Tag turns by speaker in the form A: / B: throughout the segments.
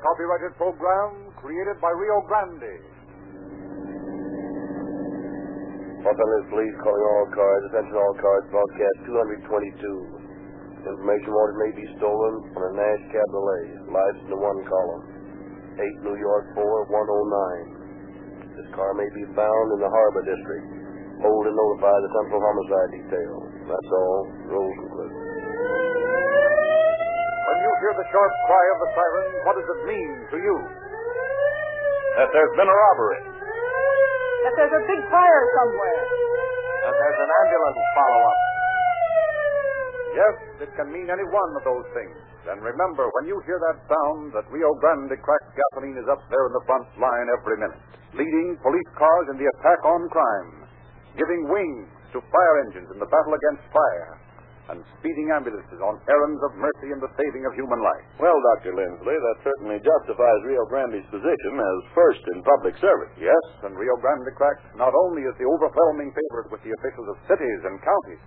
A: copyrighted program created by Rio Grande.
B: Los Police calling all cars. Attention all cars. Broadcast 222. Information wanted may be stolen on a Nash Cabriolet. Lives in the one column. 8 New York 4109. This car may be found in the Harbor District. Hold and notify the Central Homicide Detail. That's all. Rosenquist.
A: When you hear the sharp cry of the siren, what does it mean to you?
C: That there's been a robbery.
D: That there's a big fire somewhere.
C: That there's an ambulance follow up.
A: Yes, it can mean any one of those things. And remember, when you hear that sound, that Rio Grande cracked gasoline is up there in the front line every minute, leading police cars in the attack on crime, giving wings to fire engines in the battle against fire, and speeding ambulances on errands of mercy and the saving of human life.
B: Well, Dr. Lindsley, that certainly justifies Rio Grande's position as first in public service.
A: Yes, and Rio Grande cracked not only is the overwhelming favorite with the officials of cities and counties,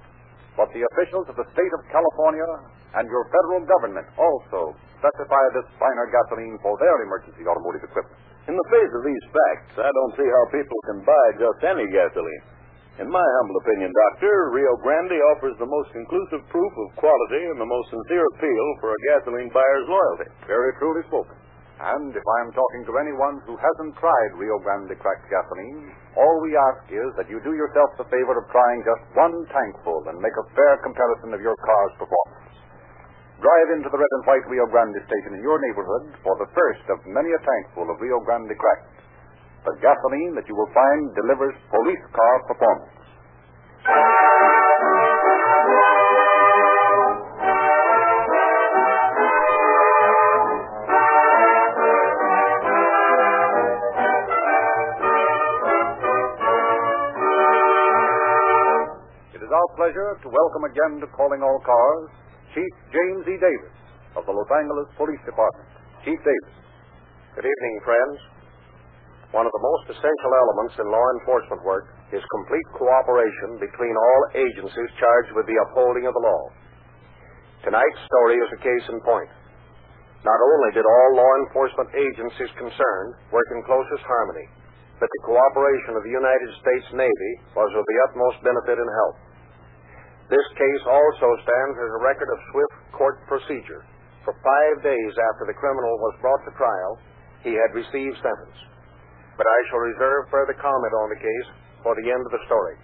A: but the officials of the state of California and your federal government also specify this finer gasoline for their emergency automotive equipment.
B: In the face of these facts, I don't see how people can buy just any gasoline. In my humble opinion, Doctor, Rio Grande offers the most conclusive proof of quality and the most sincere appeal for a gasoline buyer's loyalty.
A: Very truly spoken. And if I am talking to anyone who hasn't tried Rio Grande cracked gasoline, all we ask is that you do yourself the favor of trying just one tankful and make a fair comparison of your car's performance. Drive into the red and white Rio Grande station in your neighborhood for the first of many a tankful of Rio Grande cracked. The gasoline that you will find delivers police car performance. It is our pleasure to welcome again to Calling All Cars Chief James E. Davis of the Los Angeles Police Department. Chief Davis.
E: Good evening, friends. One of the most essential elements in law enforcement work is complete cooperation between all agencies charged with the upholding of the law. Tonight's story is a case in point. Not only did all law enforcement agencies concerned work in closest harmony, but the cooperation of the United States Navy was of the utmost benefit and help. This case also stands as a record of swift court procedure. For five days after the criminal was brought to trial, he had received sentence. But I shall reserve further comment on the case for the end of the story.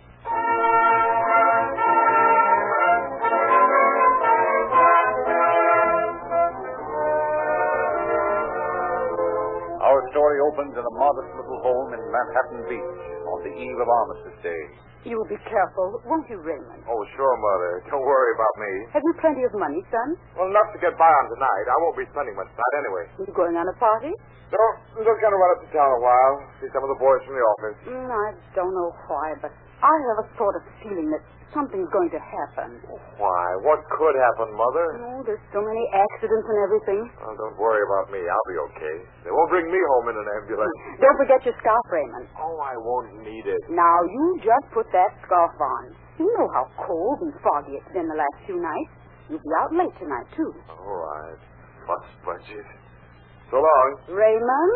A: Our story opens in a modest little home in Manhattan Beach on the eve of Armistice Day.
D: You will be careful, won't you, Raymond?
E: Oh, sure, Mother. Don't worry about me.
D: Have you plenty of money, son?
E: Well, enough to get by on tonight. I won't be spending much tonight anyway.
D: Are you going on a party?
E: No, I'm just going to run up to town a while, see some of the boys from the office.
D: Mm, I don't know why, but I have a sort of feeling that something's going to happen.
E: Why, what could happen, Mother?
D: Oh, there's so many accidents and everything.
E: Oh, don't worry about me. I'll be okay. They won't bring me home in an ambulance.
D: Don't forget your scarf, Raymond.
E: Oh, I won't need it.
D: Now, you just put that scarf on. You know how cold and foggy it's been the last few nights. You'll be out late tonight, too.
E: All right. Fuss budget. So long.
D: Raymond,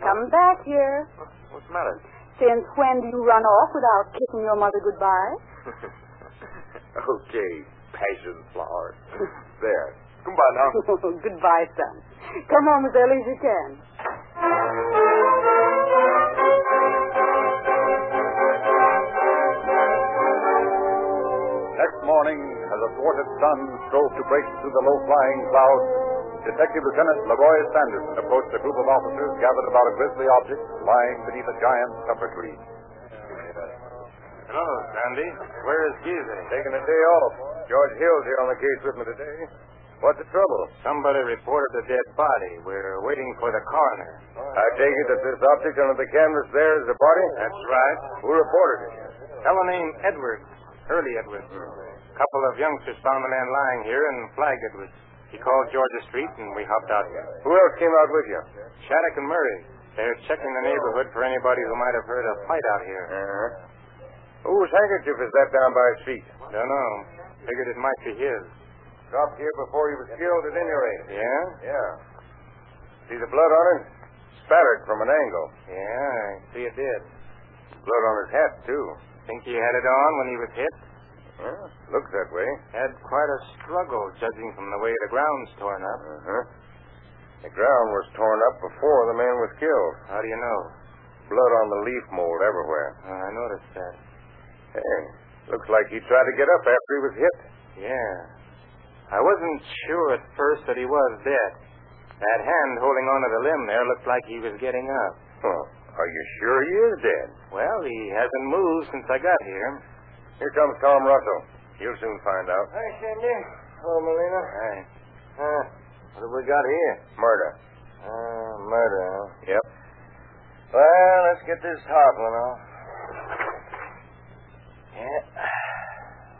D: come back here.
E: What's the matter?
D: Since when do you run off without kissing your mother goodbye?
E: okay, passion flower. there. Come by now.
D: goodbye, son. Come home as early as you can.
A: Next morning, as a thwarted sun strove to break through the low flying clouds, Detective Lieutenant Leroy Sanderson approached a group of officers gathered about a grisly object lying beneath a giant supper tree.
E: Hello, Sandy. Where is Geezer? Taking a day off. George Hill's here on the case with me today. What's the trouble? Somebody reported a dead body. We're waiting for the coroner. I take it that this object under the canvas there is the body? That's right. Who reported it? Fellow named Edwards. Early Edwards. Couple of youngsters found the man lying here and flagged Edwards. He called Georgia Street and we hopped out here. Who else came out with you? Shattuck and Murray. They're checking the neighborhood for anybody who might have heard a fight out here. Uh-huh. Whose handkerchief is that down by his feet? Don't know. Figured it might be his. Dropped here before he was killed, at any rate. Yeah? Yeah.
A: See the blood on it? Spattered from an angle.
E: Yeah, I see it did.
A: Blood on his hat, too.
E: Think he had it on when he was hit?
A: Yeah, looks that way.
E: Had quite a struggle, judging from the way the ground's torn up.
A: Uh-huh. The ground was torn up before the man was killed.
E: How do you know?
A: Blood on the leaf mold everywhere.
E: Uh, I noticed that.
A: Hey, looks like he tried to get up after he was hit.
E: Yeah. I wasn't sure at first that he was dead. That hand holding onto the limb there looked like he was getting up.
A: Huh. Are you sure he is dead?
E: Well, he hasn't moved since I got here.
A: Here comes Tom Russell. You'll soon find out.
E: Hi, Sandy. Hello, Molina.
A: Hi.
E: Uh, what have we got here?
A: Murder.
E: Uh, murder, huh?
A: Yep.
E: Well, let's get this hot one off. Yeah.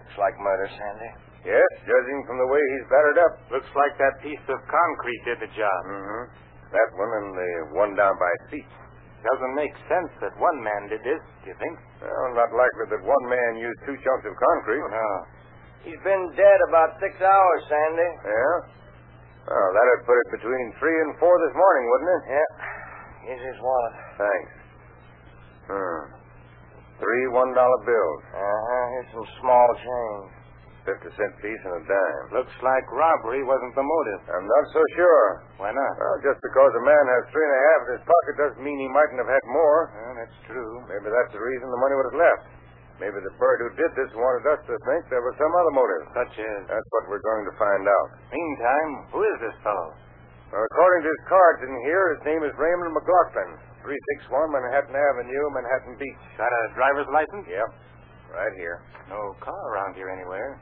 E: Looks like murder, Sandy.
A: Yes, judging from the way he's battered up.
E: Looks like that piece of concrete did the job.
A: Mm-hmm. That one and the one down by seat.
E: Doesn't make sense that one man did this, do you think?
A: Well, not likely that one man used two chunks of concrete.
E: No. He's been dead about six hours, Sandy.
A: Yeah? Well, that'd put it between three and four this morning, wouldn't it?
E: Yeah. Here's his wallet.
A: Thanks. Hmm. Three one dollar bills.
E: Uh-huh. Here's some small change.
A: Fifty cent piece and a dime.
E: Looks like robbery wasn't the motive.
A: I'm not so sure.
E: Why not?
A: Well, just because a man has three and a half in his pocket doesn't mean he mightn't have had more.
E: Well, that's true.
A: Maybe that's the reason the money was left. Maybe the bird who did this wanted us to think there was some other motive.
E: Such as.
A: That's what we're going to find out.
E: Meantime, who is this fellow?
A: Well, according to his cards in here, his name is Raymond McLaughlin. 361 Manhattan Avenue, Manhattan Beach.
E: Got a driver's license?
A: Yep. Right here.
E: No car around here anywhere.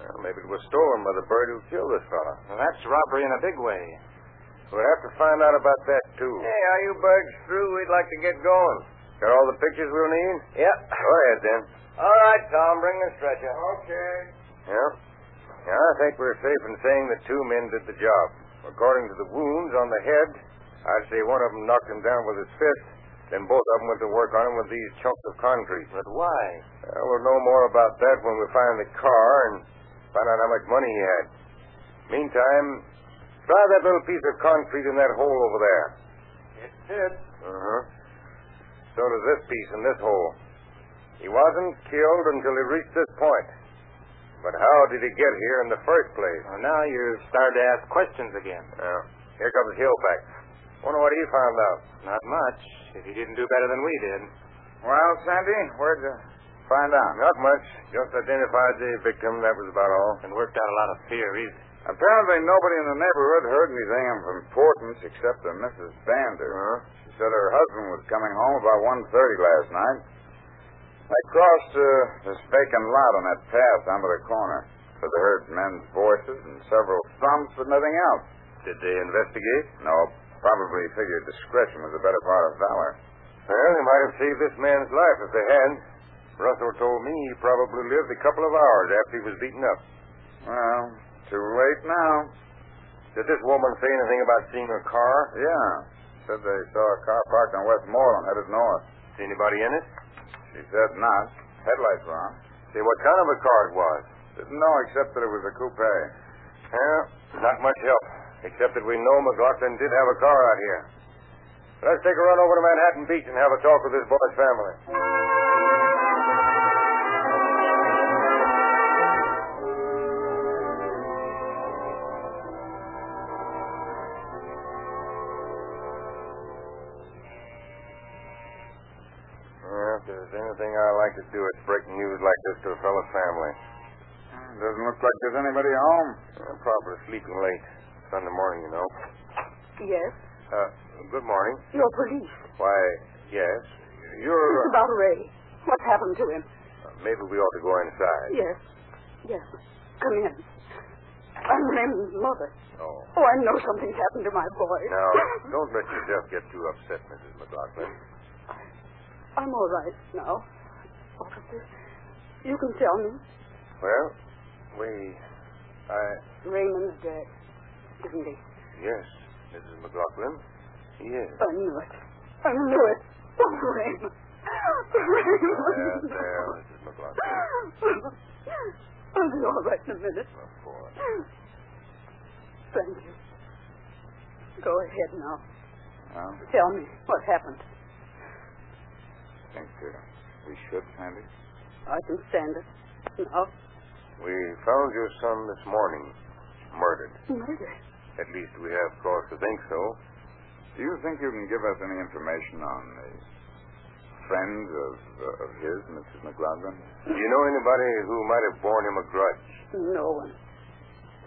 A: Well, maybe it was stolen by the bird who killed this fellow.
E: Well, that's robbery in a big way.
A: We'll have to find out about that, too.
E: Hey, are you birds through? We'd like to get going.
A: Got all the pictures we'll need?
E: Yep.
A: Go ahead, then.
E: All right, Tom, bring the stretcher.
F: Okay.
A: Yeah? Yeah, I think we're safe in saying that two men did the job. According to the wounds on the head, I'd say one of them knocked him down with his fist, then both of them went to work on him with these chunks of concrete.
E: But why?
A: Uh, we'll know more about that when we find the car and find out how much money he had. Meantime, try that little piece of concrete in that hole over there.
F: It did.
A: Uh-huh. So does this piece in this hole. He wasn't killed until he reached this point. But how did he get here in the first place?
E: Well, now you're starting to ask questions again.
A: Well, here comes Hillback. Wonder what he found out.
E: Not much, if you didn't do better than we did.
F: Well, Sandy, where'd you find out?
A: Not much. Just identified the victim. That was about all.
E: And worked out a lot of theories.
F: Apparently, nobody in the neighborhood heard anything of importance except the Mrs. Bander.
A: Huh?
F: She said her husband was coming home about one thirty last night. They crossed uh, this vacant lot on that path under the corner. So they heard men's voices and several thumps, but nothing else.
A: Did they investigate?
F: No, probably figured discretion was the better part of valor.
A: Well, they might have saved this man's life if they had. Russell told me he probably lived a couple of hours after he was beaten up.
F: Well, too late now.
A: Did this woman say anything about seeing a car?
F: Yeah. Said they saw a car parked on Westmoreland headed north.
A: See anybody in it?
F: She said not. Headlights were on.
A: Say what kind of a car it was.
F: Didn't know except that it was a coupe.
A: Yeah, not much help. Except that we know McLaughlin did have a car out here. Let's take a run over to Manhattan Beach and have a talk with this boy's family. Yeah, if there's anything I like to do, it's break news like this to a fellow's family.
F: Doesn't look like there's anybody home.
A: I'm probably sleeping late. Sunday morning, you know.
D: Yes.
A: Uh, good morning.
D: You're police.
A: Why, yes. You're.
D: It's about Ray. What's happened to him?
A: Uh, maybe we ought to go inside.
D: Yes. Yes. Come in. I'm Raymond's mother.
A: Oh.
D: Oh, I know something's happened to my boy.
A: Now, don't let yourself get too upset, Mrs. McLaughlin.
D: I'm all right now. Officer, you can tell me.
A: Well, we. I.
D: Raymond's dead, isn't he?
A: Yes, Mrs. McLaughlin. Yes.
D: I knew it. I knew it. Oh, Raymond.
A: There,
D: Raymond.
A: there,
E: uh,
A: Mrs. McLaughlin.
D: I'll be all right in a minute.
A: Of course.
D: Thank you. Go ahead now.
G: Well,
D: Tell me what happened.
G: I think uh, we should, Sandy.
D: I can stand it. No.
E: We found your son this morning, murdered.
D: Murder.
E: At least we have cause to think so.
G: Eh, Do you think you can give us any information on the friends of, uh, of his, Mrs. McLaughlin?
E: Do you know anybody who might have borne him a grudge?
D: No one.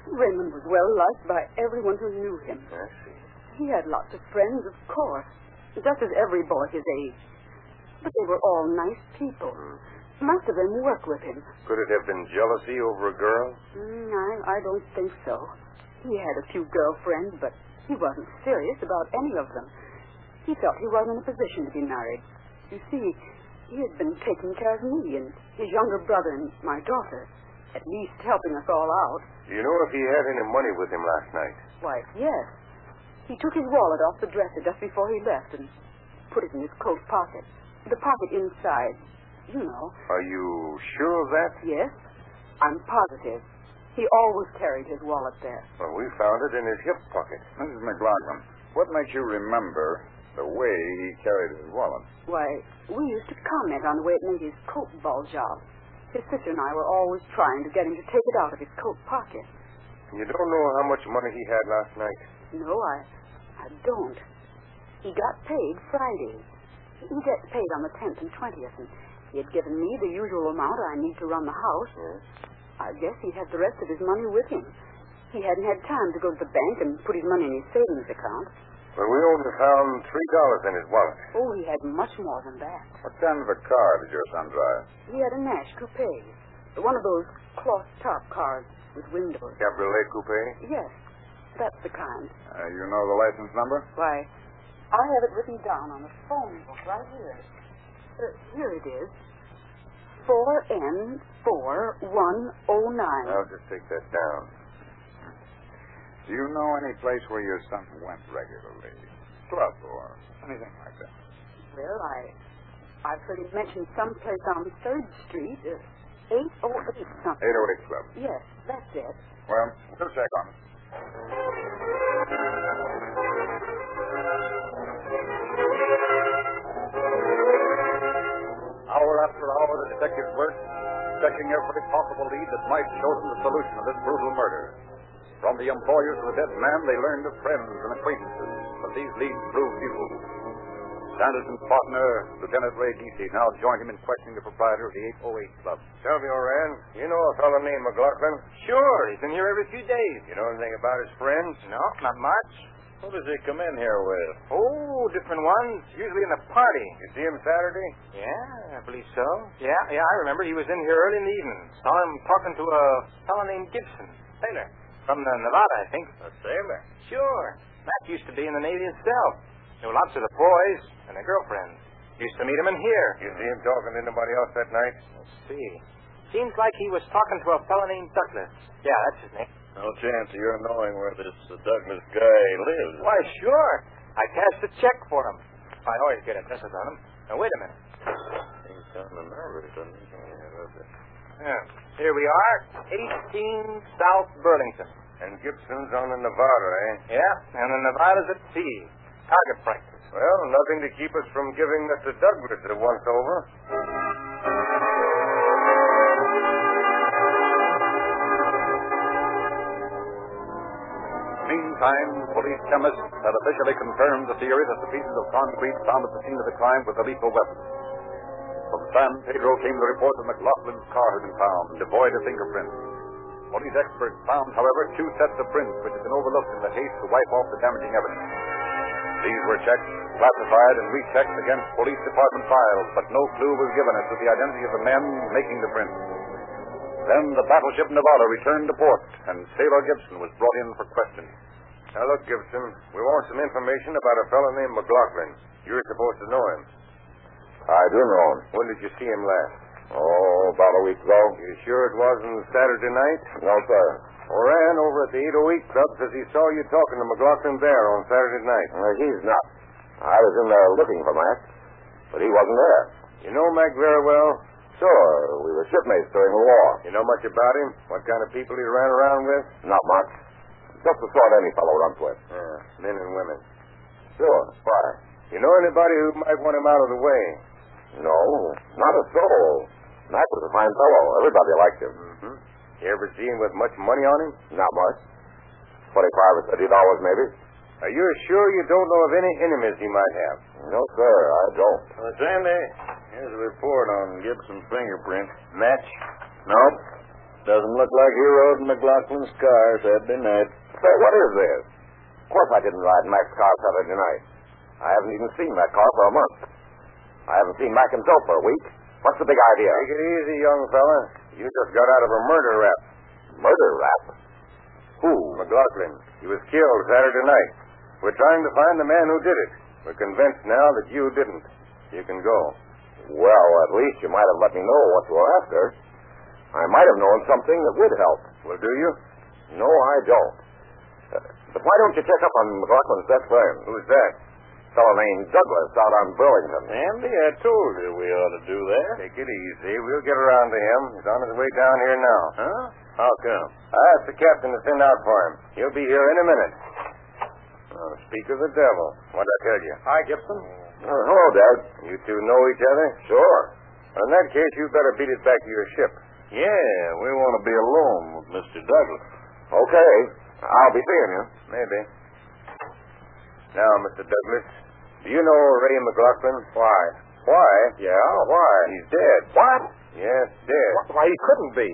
D: Raymond was well liked by everyone who knew him.
E: I see.
D: He had lots of friends, of course, just as every boy his age. But they were all nice people. Most of them worked with him.
E: Could it have been jealousy over a girl?
D: Mm, I, I don't think so. He had a few girlfriends, but he wasn't serious about any of them. He felt he wasn't in a position to be married. You see, he had been taking care of me and his younger brother and my daughter, at least helping us all out.
E: Do you know if he had any money with him last night?
D: Why, yes. He took his wallet off the dresser just before he left and put it in his coat pocket. The pocket inside. You know.
E: Are you sure of that?
D: Yes. I'm positive. He always carried his wallet there.
E: Well, we found it in his hip pocket.
G: Mrs. McLaughlin, what makes you remember the way he carried his wallet?
D: Why, we used to comment on the way it made his coat bulge out. His sister and I were always trying to get him to take it out of his coat pocket.
E: You don't know how much money he had last night.
D: No, I, I don't. He got paid Friday. He gets paid on the 10th and 20th, and he had given me the usual amount I need to run the house.
C: Hmm?
D: I guess he had the rest of his money with him. He hadn't had time to go to the bank and put his money in his savings account.
E: Well, we only found three dollars in his wallet.
D: Oh, he had much more than that.
G: What kind of a car did your son drive?
D: He had a Nash coupe, one of those cloth top cars with windows.
E: Cabriolet coupe.
D: Yes, that's the kind.
G: Uh, you know the license number?
D: Why, I have it written down on the phone book right here. Uh, here it is. 4N4109.
A: Oh.
E: I'll just take that down.
G: Do you know any place where your son went regularly? Club or anything like that?
D: well, I, I've heard it mentioned someplace on 3rd Street. Uh, 808 something.
G: 808 Club.
D: Yes, that's it.
G: Well, we'll check on it.
A: Hour after hour, the detectives worked, checking every possible lead that might show them the solution of this brutal murder. From the employers of the dead man, they learned of friends and acquaintances, but these leads proved futile. Sanderson's partner, Lieutenant Ray Deasy, now joined him in questioning the proprietor of the 808 Club.
E: Tell me, O'Ran, you know a fellow named McLaughlin?
C: Sure, he's been here every few days.
E: You know anything about his friends?
C: No, not much.
B: Who does he come in here with?
C: Oh, different ones. Usually in a party.
E: You see him Saturday?
C: Yeah, I believe so. Yeah, yeah, I remember. He was in here early in the evening. Saw him talking to a fellow named Gibson, sailor from the Nevada, I think.
B: A sailor.
C: Sure, Mac used to be in the Navy himself. Knew lots of the boys and their girlfriends. Used to meet him in here.
E: You see him talking to anybody else that night?
C: Let's see. Seems like he was talking to a fellow named Douglas. Yeah, that's his name.
B: No chance of your knowing where this uh, Douglas guy lives.
C: Why, sure. I cashed a check for him. I always get impressions on him. Now, wait a minute.
B: He's kind of nervous, doesn't he? Yeah,
C: Yeah. Here we are, 18 South Burlington.
E: And Gibson's on the Nevada, eh?
C: Yeah, and the Nevada's at sea. Target practice.
E: Well, nothing to keep us from giving Mr. Douglas a once over.
A: Meantime, police chemists had officially confirmed the theory that the pieces of concrete found at the scene of the crime were the lethal weapon. From San Pedro came the report that McLaughlin's car had been found, devoid of fingerprints. Police experts found, however, two sets of prints which had been overlooked in the haste to wipe off the damaging evidence. These were checked, classified, and rechecked against police department files, but no clue was given as to the identity of the men making the prints. Then the battleship Nevada returned to port, and Sailor Gibson was brought in for questioning.
E: Now, look, Gibson, we want some information about a fellow named McLaughlin. You're supposed to know him.
G: I do know him.
E: When did you see him last?
G: Oh, about a week ago.
E: You sure it wasn't Saturday night?
G: No, sir.
E: Oran over at the 808 Club says he saw you talking to McLaughlin there on Saturday night.
G: Uh, he's not. I was in there looking for Mac, but he wasn't there.
E: You know Mac very well.
G: Sure, we were shipmates during the war.
E: You know much about him? What kind of people he ran around with?
G: Not much.
H: Just the sort any fellow runs with.
E: Yeah, men and women.
H: Sure. Why?
E: You know anybody who might want him out of the way?
H: No, not a soul. Mac was a fine fellow. Everybody liked him.
E: Mm-hmm. You ever see him with much money on him?
H: Not much. Twenty-five or thirty dollars, maybe.
E: Are you sure you don't know of any enemies he might have?
H: No, sir, I don't.
E: Uh, Sandy, here's a report on Gibson's fingerprint. Match? Nope. Doesn't look like he rode in McLaughlin's car Saturday night.
H: Say, what is this? Of course I didn't ride Mac's car Saturday night. I haven't even seen that car for a month. I haven't seen Mac himself for a week. What's the big idea?
E: Take it easy, young fella. You just got out of a murder rap.
H: Murder rap.
E: Who? McLaughlin. He was killed Saturday night. We're trying to find the man who did it. We're convinced now that you didn't. You can go.
H: Well, at least you might have let me know what you were after. I might have known something that would help.
E: Will do you?
H: No, I don't. Uh, but why don't you check up on McLaughlin's best friend?
E: Who's that?
H: fellow named Douglas out on Burlington.
E: Andy, I told you we ought to do that. Take it easy. We'll get around to him. He's on his way down here now. Huh? How come? I asked the captain to send out for him. He'll be here in a minute. Oh, speak of the devil. What'd I tell you? Oh,
H: Hi, Gibson. Uh, hello, Dad.
E: You two know each other?
H: Sure.
E: Well, in that case, you better beat it back to your ship. Yeah, we want to be alone with Mr. Douglas.
H: Okay. I'll be seeing you.
E: Maybe. Now, Mr. Douglas, do you know Ray McLaughlin?
H: Why?
E: Why?
H: Yeah, why?
E: He's dead.
H: What?
E: Yes, dead.
A: Why, why, he couldn't be.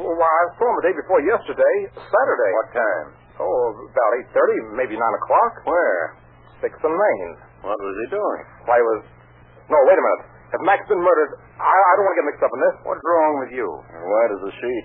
A: Well, why, I saw him the day before yesterday, Saturday.
E: What time?
A: Oh, about 8.30, maybe 9 o'clock.
E: Where?
A: Sixth and Main.
E: What was he doing?
A: Why, he was... No, wait a minute. If Mac's been murdered, I, I don't want to get mixed up in this.
E: What's wrong with you? White as a sheet.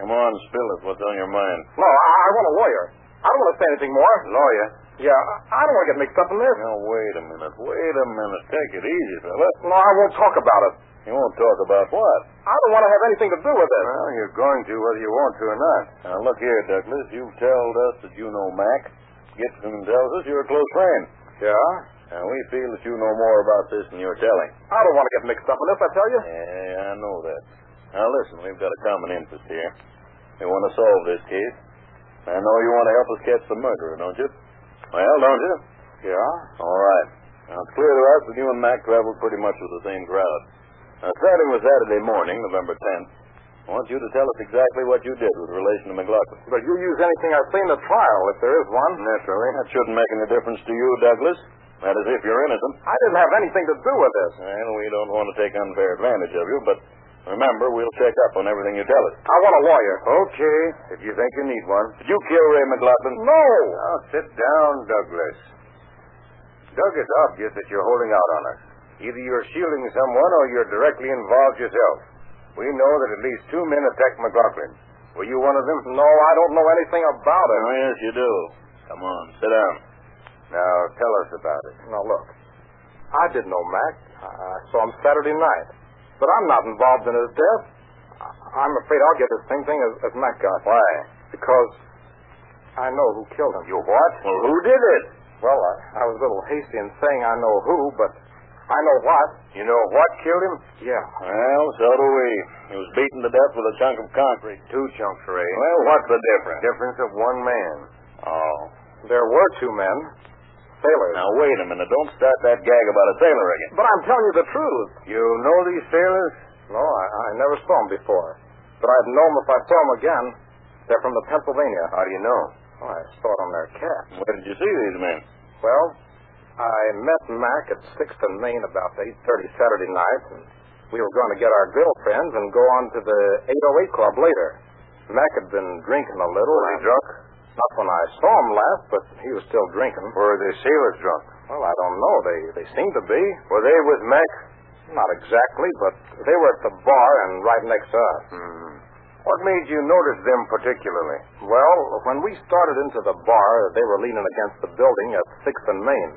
E: Come on, spill it. What's on your mind?
A: No, I, I want a lawyer. I don't want to say anything more.
E: Lawyer?
A: Yeah, I don't want to get mixed up in this.
E: Now, wait a minute. Wait a minute. Take it easy, fella.
A: No, I won't talk about it.
E: You won't talk about what?
A: I don't want to have anything to do with it.
E: Well, you're going to whether you want to or not. Now, look here, Douglas. You've told us that you know Mac. Gibson tells us you're a close friend.
A: Yeah?
E: Now, we feel that you know more about this than you're telling.
A: I don't want to get mixed up in this, I tell you.
E: Yeah, I know that. Now, listen, we've got a common interest here. We want to solve this case. I know you want to help us catch the murderer, don't you? Well, don't you?
A: Yeah?
E: All right. Now, it's clear to us that you and Mac traveled pretty much with the same crowd. Now, starting with Saturday morning, November 10th, I want you to tell us exactly what you did with relation to McLaughlin.
A: But you use anything I've seen in the trial, if there is one.
E: Naturally. That shouldn't make any difference to you, Douglas. That is, if you're innocent.
A: I didn't have anything to do with this.
E: Well, we don't want to take unfair advantage of you, but remember, we'll check up on everything you tell us.
A: I want a lawyer.
E: Okay, if you think you need one. Did you kill Ray McLaughlin?
A: No!
E: Now, sit down, Douglas. Doug, it's obvious that you're holding out on us. Either you're shielding someone or you're directly involved yourself. We know that at least two men attacked McLaughlin. Were you one of them?
A: No, I don't know anything about it.
E: Oh, yes, you do. Come on, sit down. Now, tell us about it.
A: Now, look. I didn't know Mac. I saw him Saturday night. But I'm not involved in his death. I- I'm afraid I'll get the same thing as, as Mac got.
E: Why?
A: Because I know who killed him.
E: You what? Well, who did it?
A: Well, I, I was a little hasty in saying I know who, but I know what.
E: You know what killed him?
A: Yeah.
E: Well, so do we. He was beaten to death with a chunk of concrete. Two chunks, Ray. Well, what's the difference? Difference of one man. Oh.
A: There were two men, sailors.
E: Now, wait a minute. Don't start that gag about a sailor again.
A: But I'm telling you the truth.
E: You know these sailors?
A: No, I, I never saw them before. But I'd know them if I saw them again. They're from the Pennsylvania.
E: How do you know?
A: Oh, I saw it on their cap.
E: Where did you see these men?
A: Well, I met Mac at 6th and Main about 8.30 Saturday night, and we were going to get our girlfriends and go on to the 808 Club later. Mac had been drinking a little.
E: Were they drunk?
A: Not when I saw him last, but he was still drinking.
E: Were the sailors drunk?
A: Well, I don't know. They, they seemed to be.
E: Were they with Mac?
A: Not exactly, but they were at the bar and right next to us.
E: Hmm. What made you notice them particularly?
A: Well, when we started into the bar, they were leaning against the building at 6th and Main.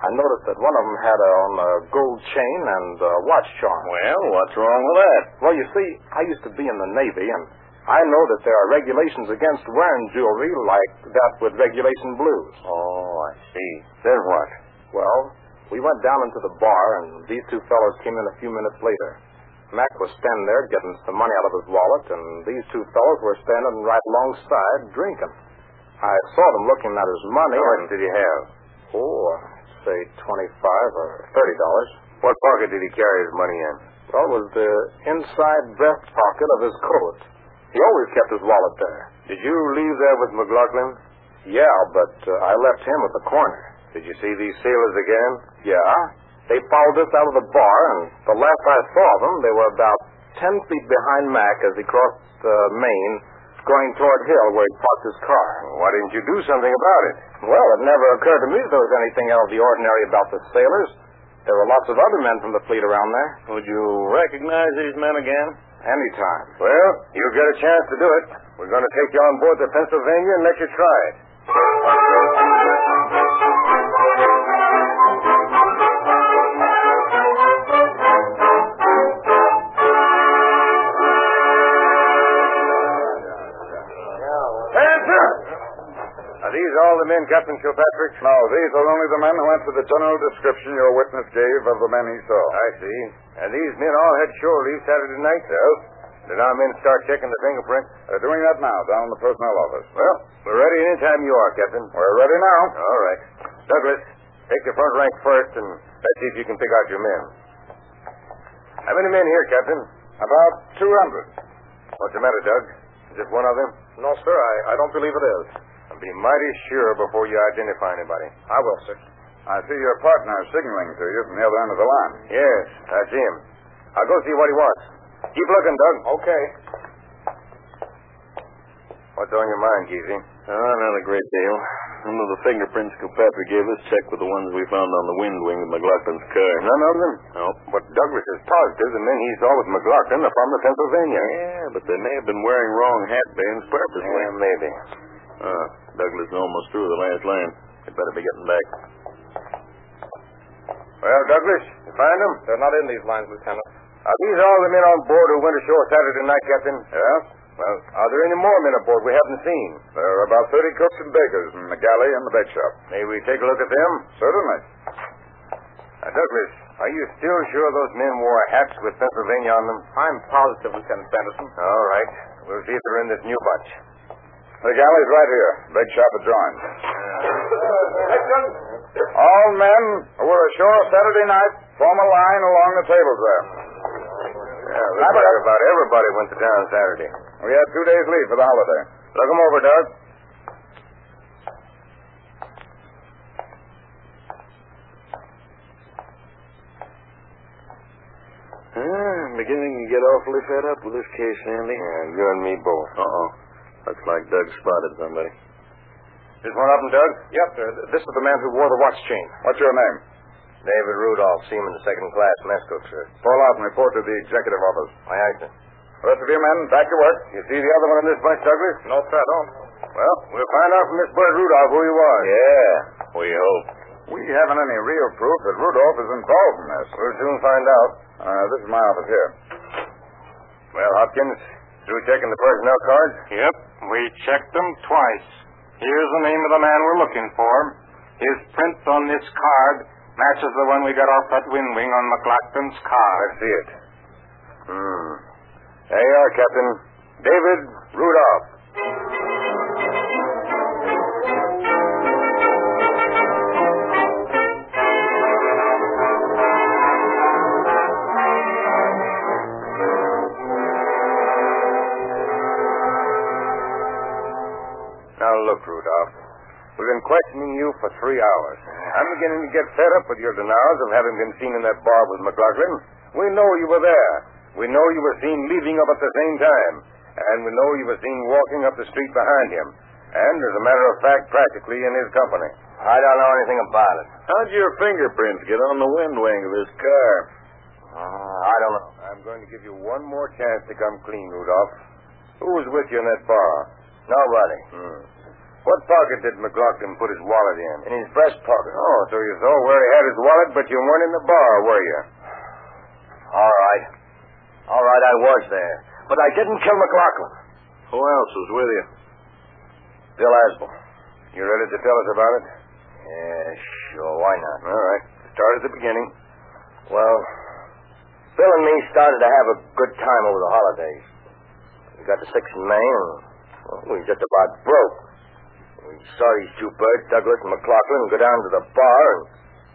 A: I noticed that one of them had uh, on a gold chain and a watch charm.
E: Well, what's wrong with that?
A: Well, you see, I used to be in the Navy, and I know that there are regulations against wearing jewelry like that with regulation blues.
E: Oh, I see. Then what?
A: Well, we went down into the bar, and these two fellows came in a few minutes later. Mac was standing there getting some money out of his wallet, and these two fellows were standing right alongside drinking.
E: I saw them looking at his money.
A: How much
E: and-
A: did he have?
E: Oh, I'd say twenty-five or thirty dollars.
A: What pocket did he carry his money in?
E: Well, it was the inside breast pocket of his coat. He always kept his wallet there.
A: Did you leave there with McLaughlin?
E: Yeah, but uh, I left him at the corner.
A: Did you see these sailors again?
E: Yeah. They followed us out of the bar, and the last I saw them, they were about ten feet behind Mac as he crossed the main, going toward Hill where he parked his car.
A: Why didn't you do something about it?
E: Well, it never occurred to me there was anything out of the ordinary about the sailors. There were lots of other men from the fleet around there.
I: Would you recognize these men again?
E: Anytime.
A: Well, you get a chance to do it. We're going to take you on board the Pennsylvania and let you try it. Hands up! Are these all the men, Captain Kilpatrick? No, these are only the men who went answered the general description your witness gave of the men he saw. I see. And these men all had shore leave Saturday night? Yes. Did our men start checking the fingerprints? They're doing that now, down in the personnel office. Well, we're ready anytime you are, Captain. We're ready now. All right. Douglas, take the front rank first and let's see if you can pick out your men. How many men here, Captain? About 200. What's the matter, Doug? Is it one of them?
J: No, sir, I, I don't believe it is.
A: And be mighty sure before you identify anybody.
J: I will, sir.
A: I see your partner signaling to you from the other end of the line. Yes, I see him. I'll go see what he wants. Keep looking, Doug.
J: Okay.
A: What's on your mind, Geezy?
I: Oh, not a great deal. Some of the fingerprints Kilpatrick gave us check with the ones we found on the wind wing of McLaughlin's car. Oh.
A: None of them?
I: No.
A: But Douglas is positive the men he saw with McLaughlin are from the Pennsylvania.
I: Yeah, but they may have been wearing wrong hat bands purposely.
A: Yeah, maybe.
I: Uh, Douglas is almost through the last line. They better be getting back.
A: Well, Douglas, you find them?
E: They're not in these lines, Lieutenant.
A: Are these all the men on board who went ashore Saturday night, Captain? Yeah. Well, are there any more men aboard we haven't seen? There are about 30 cooks and bakers in the galley and the bake shop. May we take a look at them? Certainly. Now, Douglas, are you still sure those men wore hats with Pennsylvania on them?
E: I'm positive, Lieutenant Sanderson.
A: All right. We'll see if they're in this new bunch. The galley's right here. Big shop adjoined. All men who were ashore Saturday night form a line along the tables there.
I: Yeah,
A: looks like
I: about everybody went to town Saturday.
A: We had two days' leave for the holiday. Look 'em over, Doug.
I: I'm Ah, beginning to get awfully fed up with this case, Sandy.
A: Yeah, you and me both.
I: Uh-oh. Looks like Doug spotted somebody.
A: This one of them, Doug?
E: Yep, sir. Th- This is the man who wore the watch chain.
A: What's your name?
E: David Rudolph, seaman, second class, mess cook, sir.
A: Fall out and report to the executive office.
E: My accident.
A: The rest of you men, back to work. You see the other one in this bunch, Douglas?
E: No, sir, I don't.
A: Well, we'll find out from Miss Bert Rudolph who he was.
I: Yeah. We hope.
A: We haven't any real proof that Rudolph is involved in this. We'll soon find out. Uh, this is my office here. Well, Hopkins, through checking the personnel cards?
K: Yep, we checked them twice. Here's the name of the man we're looking for. His print on this card matches the one we got off that wind wing on McLaughlin's car.
A: I see it. Hmm. There you are, Captain. David Rudolph. Now look, Rudolph. We've been questioning you for three hours. I'm beginning to get fed up with your denials of having been seen in that bar with McLaughlin. We know you were there. We know you were seen leaving up at the same time. And we know you were seen walking up the street behind him. And as a matter of fact, practically in his company.
E: I don't know anything about it.
I: How'd your fingerprints get on the wind wing of this car?
A: Ah,
E: Uh, I don't know.
A: I'm going to give you one more chance to come clean, Rudolph. Who was with you in that bar?
E: Nobody.
A: Hmm. What pocket did McLaughlin put his wallet in?
E: In his breast pocket.
A: Oh, so you saw where he had his wallet, but you weren't in the bar, were you?
E: All right. All right, I was there. But I didn't kill McLaughlin.
I: Who else was with you?
E: Bill Asbel.
A: You ready to tell us about it?
E: Yeah, sure. Why not?
A: All right. Start at the beginning.
E: Well, Bill and me started to have a good time over the holidays. We got to Sixth and Main, and well, we just about broke. We Sorry, Stewbird, Douglas, and McLaughlin go down to the bar, and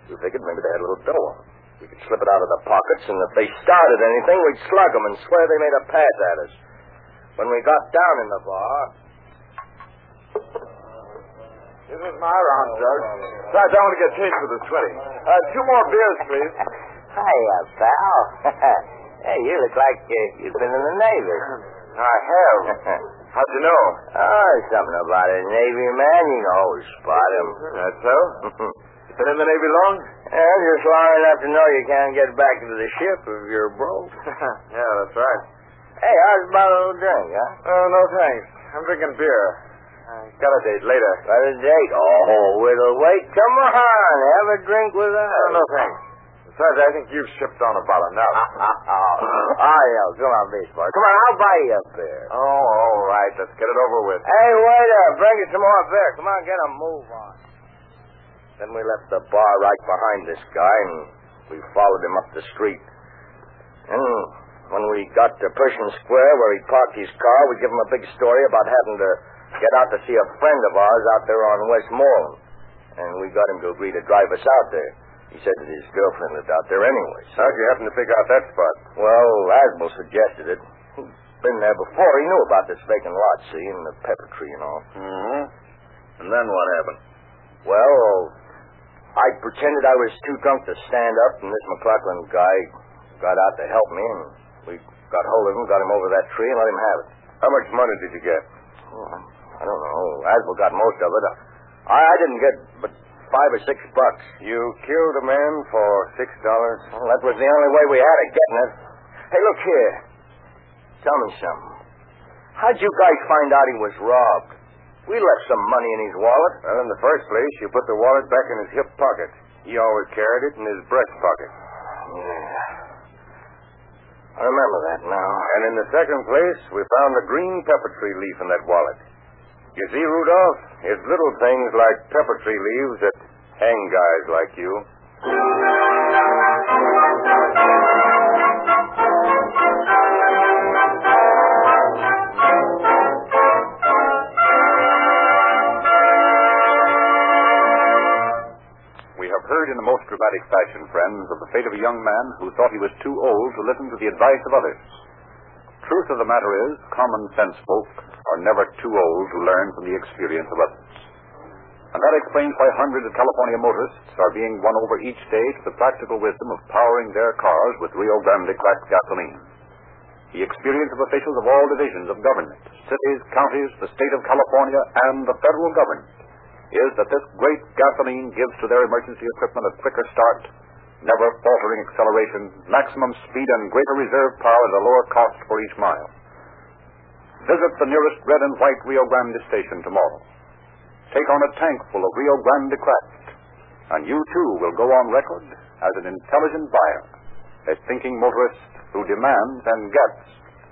E: we figured maybe they had a little dough on 'em. We could slip it out of their pockets, and if they started anything, we'd slug 'em and swear they made a pass at us. When we got down in the bar.
L: This is my round, Doug. Besides, I want to get changed for the sweating. Uh, two more beers, please.
M: Hiya, uh, pal. hey, you look like uh, you've been in the Navy.
L: I have. How'd you know?
M: Oh, something about a Navy man. You can always spot him.
L: That's so? you been in the Navy long?
M: Yeah, just long enough to know you can't get back to the ship if you're broke.
L: yeah, that's right.
M: hey, how's about a little drink, huh?
L: Oh, no thanks. I'm drinking beer. I got a date later.
M: Got a date? Oh, it'll wait. Come on, have a drink with us.
L: Oh, no thanks. Besides, I think you've shipped on about enough.
M: oh, yeah, come on, baseball. Come on, I'll buy you a beer.
L: oh, all right. Let's get it over with.
M: Hey, waiter, bring us some more beer. Come on, get a move on.
E: Then we left the bar right behind this guy, and we followed him up the street. And when we got to Pershing Square, where he parked his car, we give him a big story about having to get out to see a friend of ours out there on Westmoreland. And we got him to agree to drive us out there. He said that his girlfriend lived out there anyway. so-
N: How'd you happen to pick out that spot?
E: Well, Asmal suggested it. He'd been there before. He knew about this vacant lot, see, and the pepper tree and all.
N: Mm-hmm. And then what happened?
E: Well, I pretended I was too drunk to stand up, and this McLaughlin guy got out to help me, and we got hold of him, got him over that tree, and let him have it.
N: How much money did you get?
E: Oh, I don't know. Aswell got most of it. Uh, I, I didn't get but five or six bucks.
N: You killed a man for six dollars.
E: Well, that was the only way we had of getting it. Hey, look here. Tell me something. How'd you guys find out he was robbed? We left some money in his wallet.
N: Well, in the first place, you put the wallet back in his hip pocket. He always carried it in his breast pocket.
E: Yeah. I remember that now.
N: And in the second place, we found a green pepper tree leaf in that wallet. You see, Rudolph, it's little things like pepper tree leaves that hang guys like you.
A: We have heard in the most dramatic fashion, friends, of the fate of a young man who thought he was too old to listen to the advice of others. Truth of the matter is, common sense folk are never too old to learn from the experience of others. And that explains why hundreds of California motorists are being won over each day to the practical wisdom of powering their cars with Rio Grande cracked gasoline. The experience of officials of all divisions of government, cities, counties, the state of California, and the federal government is that this great gasoline gives to their emergency equipment a quicker start, never faltering acceleration, maximum speed, and greater reserve power at a lower cost for each mile. Visit the nearest red and white Rio Grande station tomorrow. Take on a tank full of Rio Grande craft, and you too will go on record as an intelligent buyer, a thinking motorist who demands and gets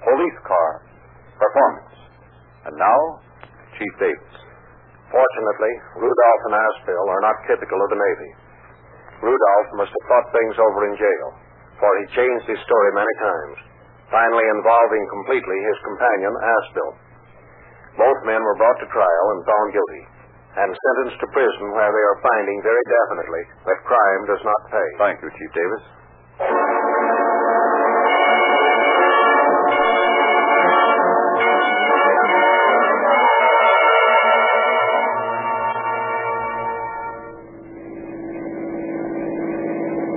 A: police car performance. And now, Chief Davis.
O: Fortunately, Rudolph and Aspel are not typical of the Navy. Rudolph must have thought things over in jail, for he changed his story many times, finally involving completely his companion, Aspel. Both men were brought to trial and found guilty, and sentenced to prison where they are finding very definitely that crime does not pay.
A: Thank you, Chief Davis.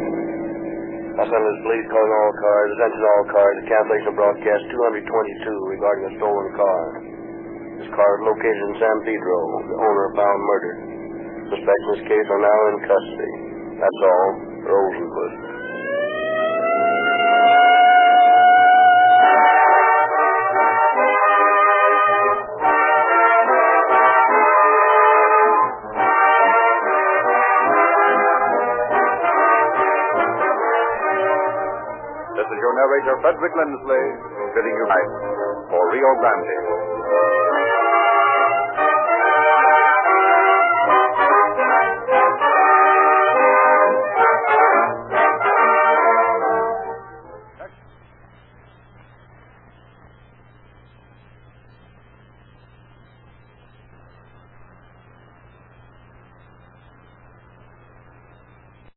O: Los Angeles Police calling all cars, attention all cars, the cancellation of broadcast 222 regarding a stolen car. This car is located in San Pedro, the owner found murdered. Suspects in this case are now in custody. That's all. Rosenwood.
A: This is your narrator, Frederick Lindsley, bidding you night for Rio Grande.